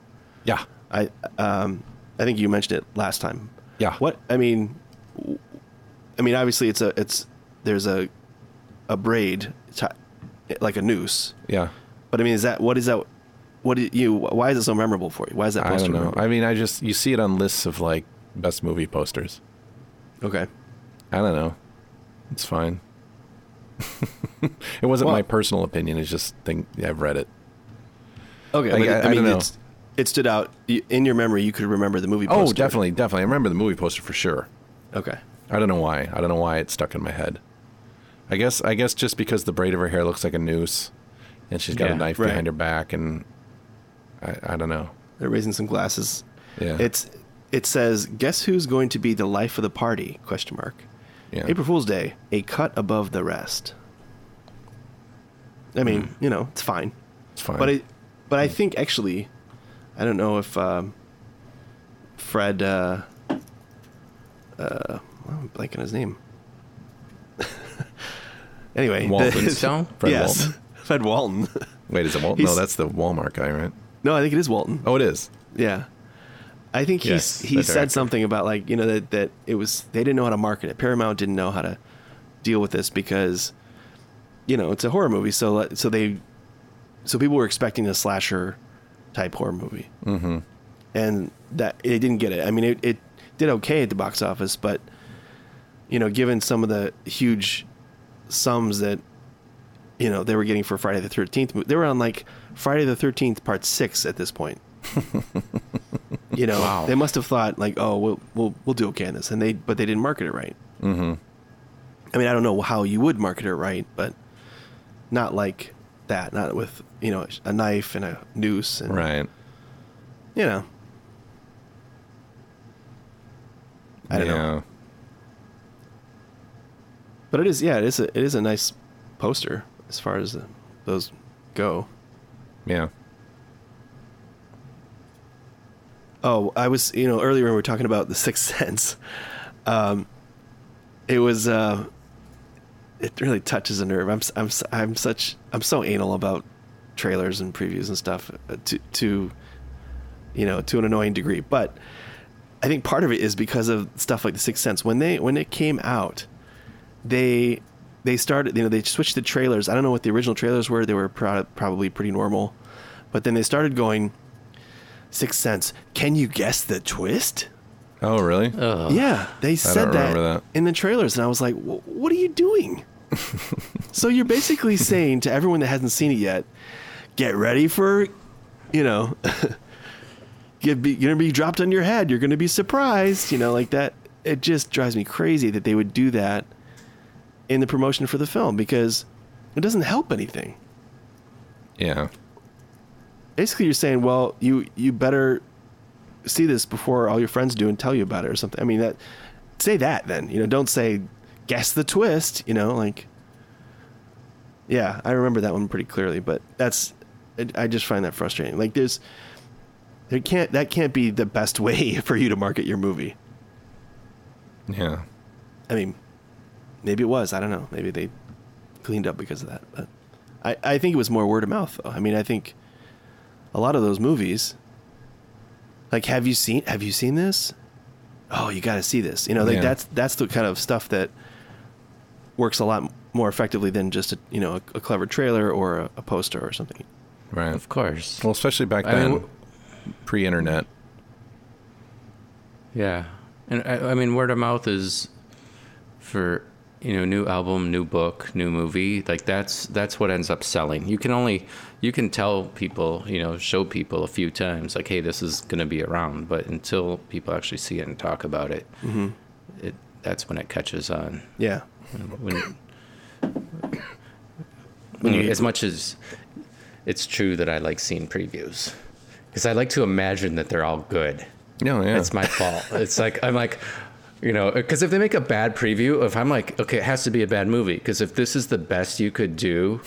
Yeah. I um, I think you mentioned it last time. Yeah. What I mean, w- I mean, obviously it's a it's there's a a braid ti like a noose. Yeah. But I mean, is that what is that? What do you? Why is it so memorable for you? Why is that I poster? don't know. memorable? I mean, I just, you see it on lists of like best movie posters. okay. I don't know. It's fine. it wasn't Well- my personal opinion. It's just thing I've read it. Okay. I- but I- I don't know. It's, it stood out Y- in your memory. You could remember the movie. Oh, poster. definitely, definitely. I remember the movie poster for sure. Okay. I don't know why. I don't know why it stuck in my head. I guess I guess just because the braid of her hair looks like a noose, and she's got Yeah, a knife right. behind her back, and I, I don't know. They're raising some glasses. Yeah. It's it says, "Guess who's going to be the life of the party?" Question mark. Yeah. April Fool's Day, a cut above the rest. I mean, Mm-hmm. you know, it's fine, It's fine. but it, but I think actually, I don't know if um, Fred, uh, uh, I'm blanking on his name. anyway, Walton. Flintstone? Fred yes, Walton. Fred Walton. Wait, is it Walton? No, he's- that's the Walmart guy, right? no, I think it is Walton. Oh, it is. Yeah. I think Yes, he's he the said director. something about like, you know, that, that it was they didn't know how to market it. Paramount didn't know how to deal with this because you know, it's a horror movie, so let- so they so people were expecting a slasher type horror movie. Mm-hmm. And that it didn't get it. I mean, it, it did okay at the box office, but you know, given some of the huge sums that you know they were getting for Friday the Thirteenth, they were on like Friday the Thirteenth Part Six at this point. you know, Wow. they must have thought like, oh, we'll we'll we'll do okay on this, and they but they didn't market it right. Mm-hmm. I mean, I don't know how you would market it right, but not like that, not with you know a knife and a noose and Right. you know. I don't yeah. know. But it is, yeah, it is. A, it is a nice poster as far as the, those go. Yeah. Oh, I was, you know, earlier when we were talking about the Sixth Sense, um, it was. Uh, it really touches a nerve. I'm, s- I'm, s- I'm such, I'm so anal about trailers and previews and stuff uh, to, to, you know, to an annoying degree. But I think part of it is because of stuff like the Sixth Sense. When they, when it came out, they they started you know they switched the trailers i don't know what the original trailers were they were pro- probably pretty normal but then they started going sixth sense can you guess the twist Oh, really? yeah they said that, remember that. in the trailers and i was like "Wh- what are you doing so you're basically saying to everyone that hasn't seen it yet get ready for you know you're gonna be dropped on your head you're gonna be surprised you know like that it just drives me crazy that they would do that in the promotion for the film because it doesn't help anything Yeah. Basically, you're saying, well, you you better see this before all your friends do and tell you about it or something. I mean, that say that then. You know, don't say guess the twist. You know, like yeah, I remember that one pretty clearly. But that's I I just find that frustrating. Like there's there can't that can't be the best way for you to market your movie. Yeah. I mean, maybe it was. I don't know. Maybe they cleaned up because of that. But I, I think it was more word of mouth. Though. I mean, I think a lot of those movies, like, have you seen have you seen this? Oh, you got to see this. You know, like Yeah. that's that's the kind of stuff that works a lot more effectively than just a you know a, a clever trailer or a, a poster or something. Right. Of course. Well, especially back I mean, then, w- pre-internet. Yeah, and I, I mean, word of mouth is for you know new album, new book, new movie. Like that's that's what ends up selling. You can only you can tell people, you know, show people a few times, like, hey, this is gonna be around. But until people actually see it and talk about it, it that's when it catches on. Yeah. When, as much as it's true that I like seeing previews, because I like to imagine that they're all good. No, yeah. It's my fault. It's like I'm like, you know, because if they make a bad preview, if I'm like, okay, it has to be a bad movie, because if this is the best you could do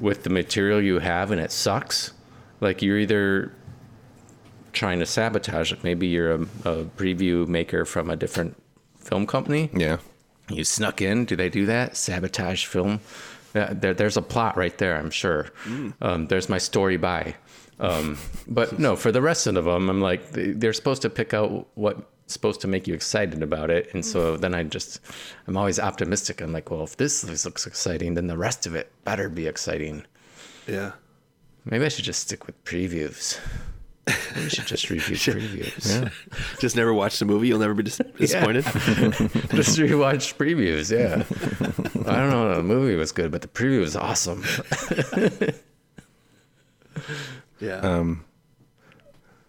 with the material you have and it sucks, like you're either trying to sabotage it. Maybe you're a, a preview maker from a different film company. yeah. You snuck in. Do they do that? Sabotage film. Uh, there, there's a plot right there. I'm sure. Um, there's my story by. Um, but no, for the rest of them, I'm like they- they're supposed to pick out what's supposed to make you excited about it, and so then I just I'm always optimistic. I'm like, well, if this looks exciting, then the rest of it better be exciting. Yeah. Maybe I should just stick with previews. We should just review previews. Just never watch the movie. You'll never be dis- disappointed. just rewatch previews. Yeah, I don't know. The movie was good, but the preview was awesome. yeah.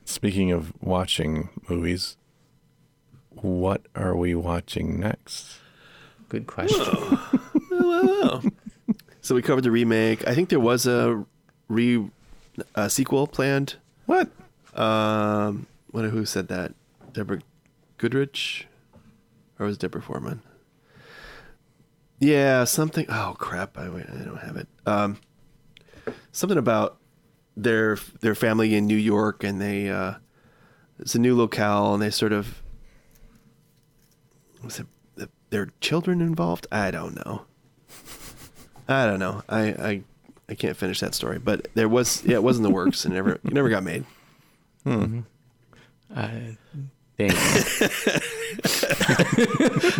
Speaking of watching movies, what are we watching next? Good question. So we covered the remake. I think there was a re a sequel planned. What? Um, what who said that? Deborah Goodrich, or was it Deborah Foreman? Yeah, something. Oh crap! I wait, I don't have it. Um, something about their their family in New York, and they uh, it's a new locale, and they sort of was it th- their children involved? I don't know. I don't know. I I, I can't finish that story, but there was yeah, it was in the works, and it never it never got made. I think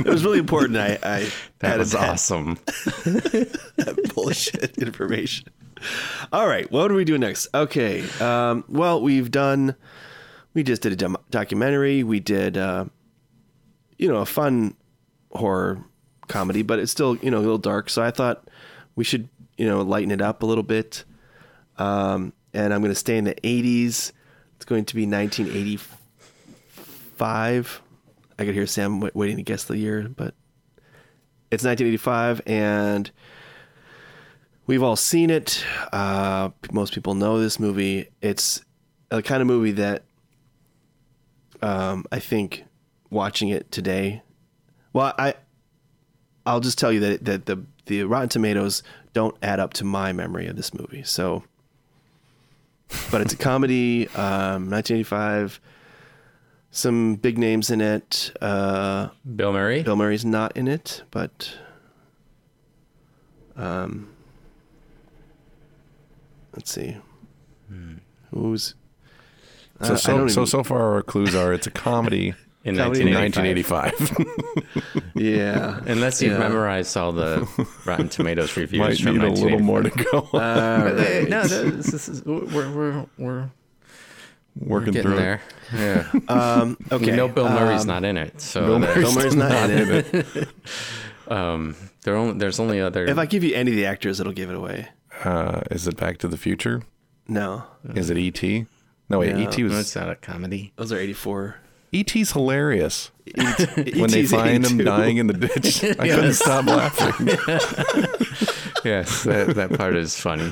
It was really important. I, I that added was awesome. that bullshit information. All right, what do we do next? Okay, um, well we've done. We just did a dom- documentary. We did, uh, you know, a fun horror comedy, but it's still you know a little dark. So I thought we should you know lighten it up a little bit. Um, and I'm going to stay in the 80s. It's going to be 1985. I could hear Sam w- waiting to guess the year, but it's 1985 and we've all seen it uh, most people know this movie it's a kind of movie that um, i think watching it today well i i'll just tell you that, that the the rotten tomatoes don't add up to my memory of this movie so but it's a comedy um, 1985 some big names in it uh, Bill Murray. Bill Murray's not in it, but um, let's see, who's So Uh, I so don't so, even- so far our clues are it's a comedy in Comedy in 1985. 1985. yeah. Unless you've Yeah. memorized all the Rotten Tomatoes reviews Might from need a little 1985. more to go. All right. Hey, uh, No, no, this is- this is- we're we're we're Working getting through there. it. Yeah, Um, okay, you know Bill Murray's um, not in it, so Bill there- Bill Murray's not in it. there only, there's only other. If I give you any of the actors, it'll give it away. Uh, is it Back to the Future? No, Is it E.T.? No wait, No. E.T. no, was it's not a comedy. those are eighty-four. E.T.'s hilarious. when E when they find him dying in the ditch. I couldn't stop laughing. Yes, that, that part is funny.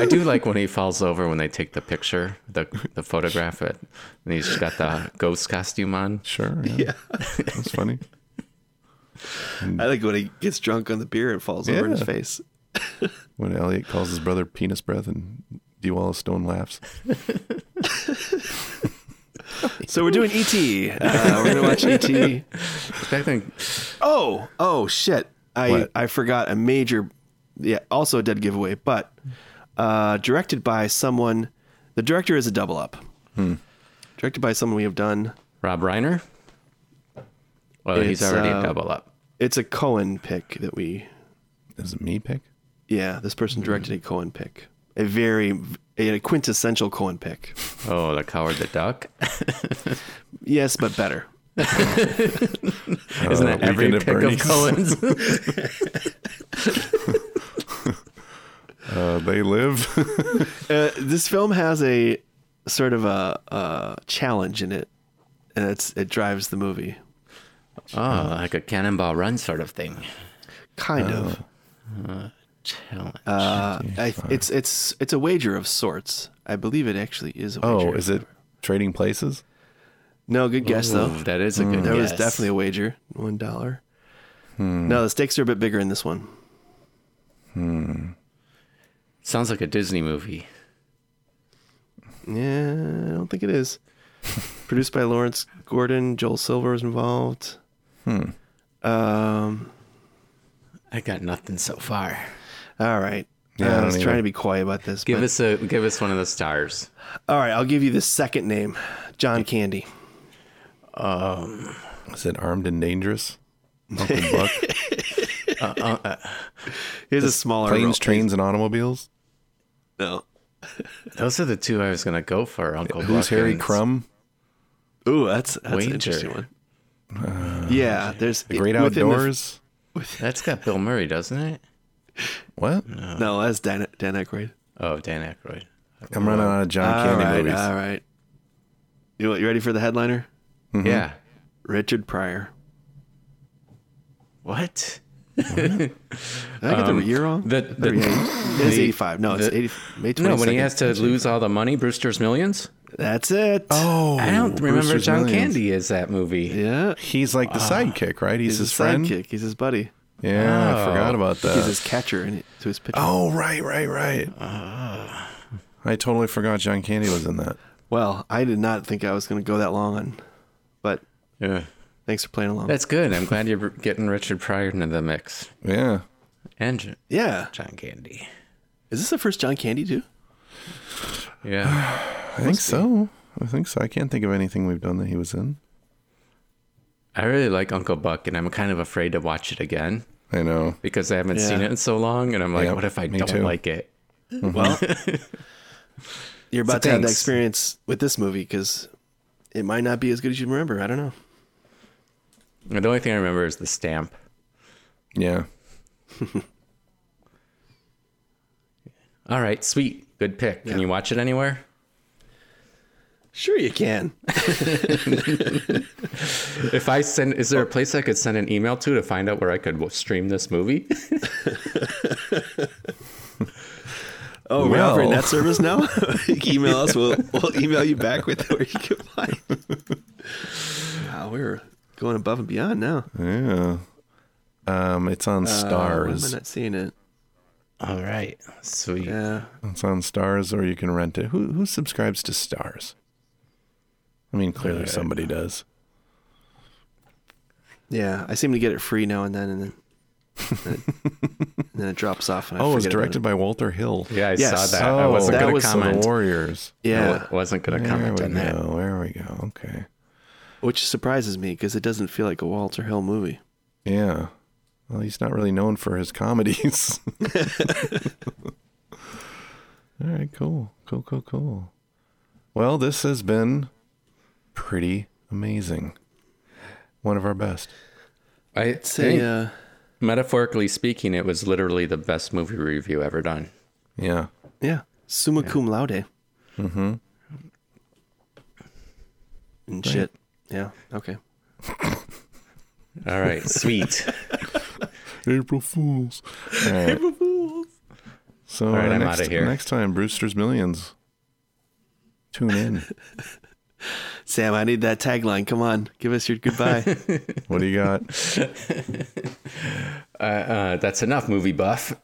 I do like when he falls over when they take the picture, the the photograph, it, and he's got the ghost costume on. Sure. Yeah. That's funny. I like when he gets drunk on the beer and falls over in his Yeah. face. When Elliot calls his brother penis breath and D. Wallace Stone laughs. So we're doing ET. Uh, we're gonna watch ET. That thing, Oh, oh shit! I What? I forgot a major, yeah, also a dead giveaway, but uh, directed by someone. The director is a double up. Directed by someone we have done. Rob Reiner. Well, he's It's, already uh, double up. It's a Cohen pick that we. Is it me pick? Yeah, this person directed a Cohen pick, a very a quintessential Cohen pick. Oh, the Coward the Duck. Yes, but better. Isn't that Uh, Weekend every at pick of Bernie's. Cohen's? Uh, they live. Uh, this film has a sort of a, a challenge in it, and it's it drives the movie. oh, like a cannonball run sort of thing. Kind of. Challenge. Uh, I, it's it's it's a wager of sorts. I believe it actually is. a wager. oh, is it trading places? No, good guess though. Ooh, that Hmm. is a good There mm, was guess. definitely a wager. One dollar. Hmm. No, the stakes are a bit bigger in this one. Sounds like a Disney movie. Yeah, I don't think it is. Produced by Lawrence Gordon, Joel Silver is involved. Hmm. Um. I got nothing so far. All right. Yeah, I Uh, I don't was either. trying to be quiet about this. Give but- us a give us one of the stars. All right, I'll give you the second name, John Candy. Is it armed and dangerous? Uncle Buck, Here's a smaller role. planes, trains, and automobiles. No. Those are the two I was gonna go for. Uncle Who's Buck Harry and- Crumb? Ooh, that's that's an Wager. interesting one. yeah, there's The Great within the- Outdoors. That's got Bill Murray, doesn't it? What? No, that's Dan, Dan Aykroyd. Oh, Dan Aykroyd. I'm running out of John All Candy right, movies. all right. You know, you ready for the headliner? Yeah. Richard Pryor. What? Did I get the year wrong? The the it's eighty five. No, it's the- eighty. May 22nd. no, when he has to lose all the money, Brewster's Millions. That's it. Oh, I don't remember Brewster's John Millions. Candy is that movie. yeah. He's like the sidekick, right? He's, He's his his friend. sidekick. He's his buddy. Yeah, I forgot about that. He's his catcher in it, to his pitcher. Oh, right, right, right. I totally forgot John Candy was in that. Well, I did not think I was going to go that long on, but Yeah. thanks for playing along. That's good. I'm glad you're getting Richard Pryor into the mix. Yeah. And J- yeah. John Candy. Is this the first John Candy too? Yeah. I think so. I think so. I can't think of anything we've done that he was in. I really like Uncle Buck, and I'm kind of afraid to watch it again I know. because I haven't Yeah. seen it in so long. And I'm like, Yep, what if I me don't too. like it? Well, you're about to have that thanks. experience with this movie because it might not be as good as you remember. I don't know. And the only thing I remember is the stamp. Yeah. All right, sweet. Good pick. Can you watch it anywhere? Sure, you can. If I send, is there a place I could send an email to to find out where I could w- stream this movie? Oh, we're Well. offering that service now. email us. We'll, we'll email you back with where you can find. wow, we're going above and beyond now. Yeah. Um, it's Uh, on Why am I Stars. not seeing it? Uh, All right, sweet. Yeah, It's on Stars, or you can rent it. Who who subscribes to Stars? I mean, clearly Uh, somebody does. yeah. I seem to get it free now and then, and then and it, and then it drops off. And I Oh, it's forget about directed by Walter Hill. Yeah, I Yes. saw that. I Oh, wasn't that going was to the The comment. Warriors. Yeah, I wasn't going to comment there on we that. go. There we go. Okay. which surprises me because it doesn't feel like a Walter Hill movie. Yeah. Well, he's not really known for his comedies. All right, cool. Cool, cool, cool. Well, this has been pretty amazing. One of our best. I Say, think, uh, metaphorically speaking, it was literally the best movie review ever done. Yeah. yeah, summa cum laude. Mm-hmm. And shit. Yeah. Okay. All right, sweet. April Fools. All right. April Fools. So right, uh, I'm next, outta here. next time, Brewster's Millions. Tune in. Sam, I need that tagline. Come on, give us your goodbye. what do you got? Uh, that's enough, movie buff.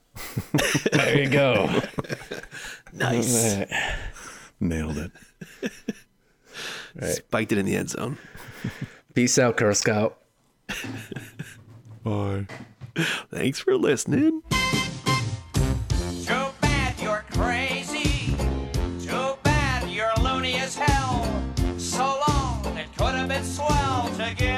there you go. nice. Nailed it. Spiked it in the end zone. Peace out, Girl Scout. Bye. Thanks for listening. Too bad you're crazy. Too bad you're loony as hell. So long, it could have been swell together.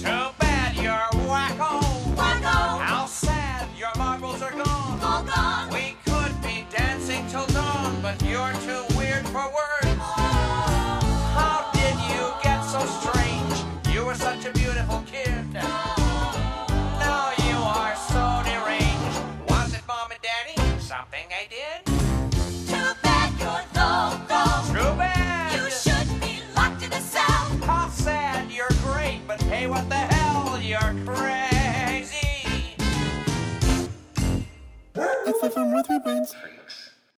Too bad you're wacko. Wacko. How sad your marbles are gone. All gone. We could be dancing till dawn, but you're too weird for words. Oh. How did you get so strange? You were such a beautiful kid. Now you are so deranged. Was it mom and daddy? Something I did? Too bad you're loco. Too bad. You should be locked in a cell. How sad you're great, but hey, what the hell? You're crazy. It's the fun with three brains.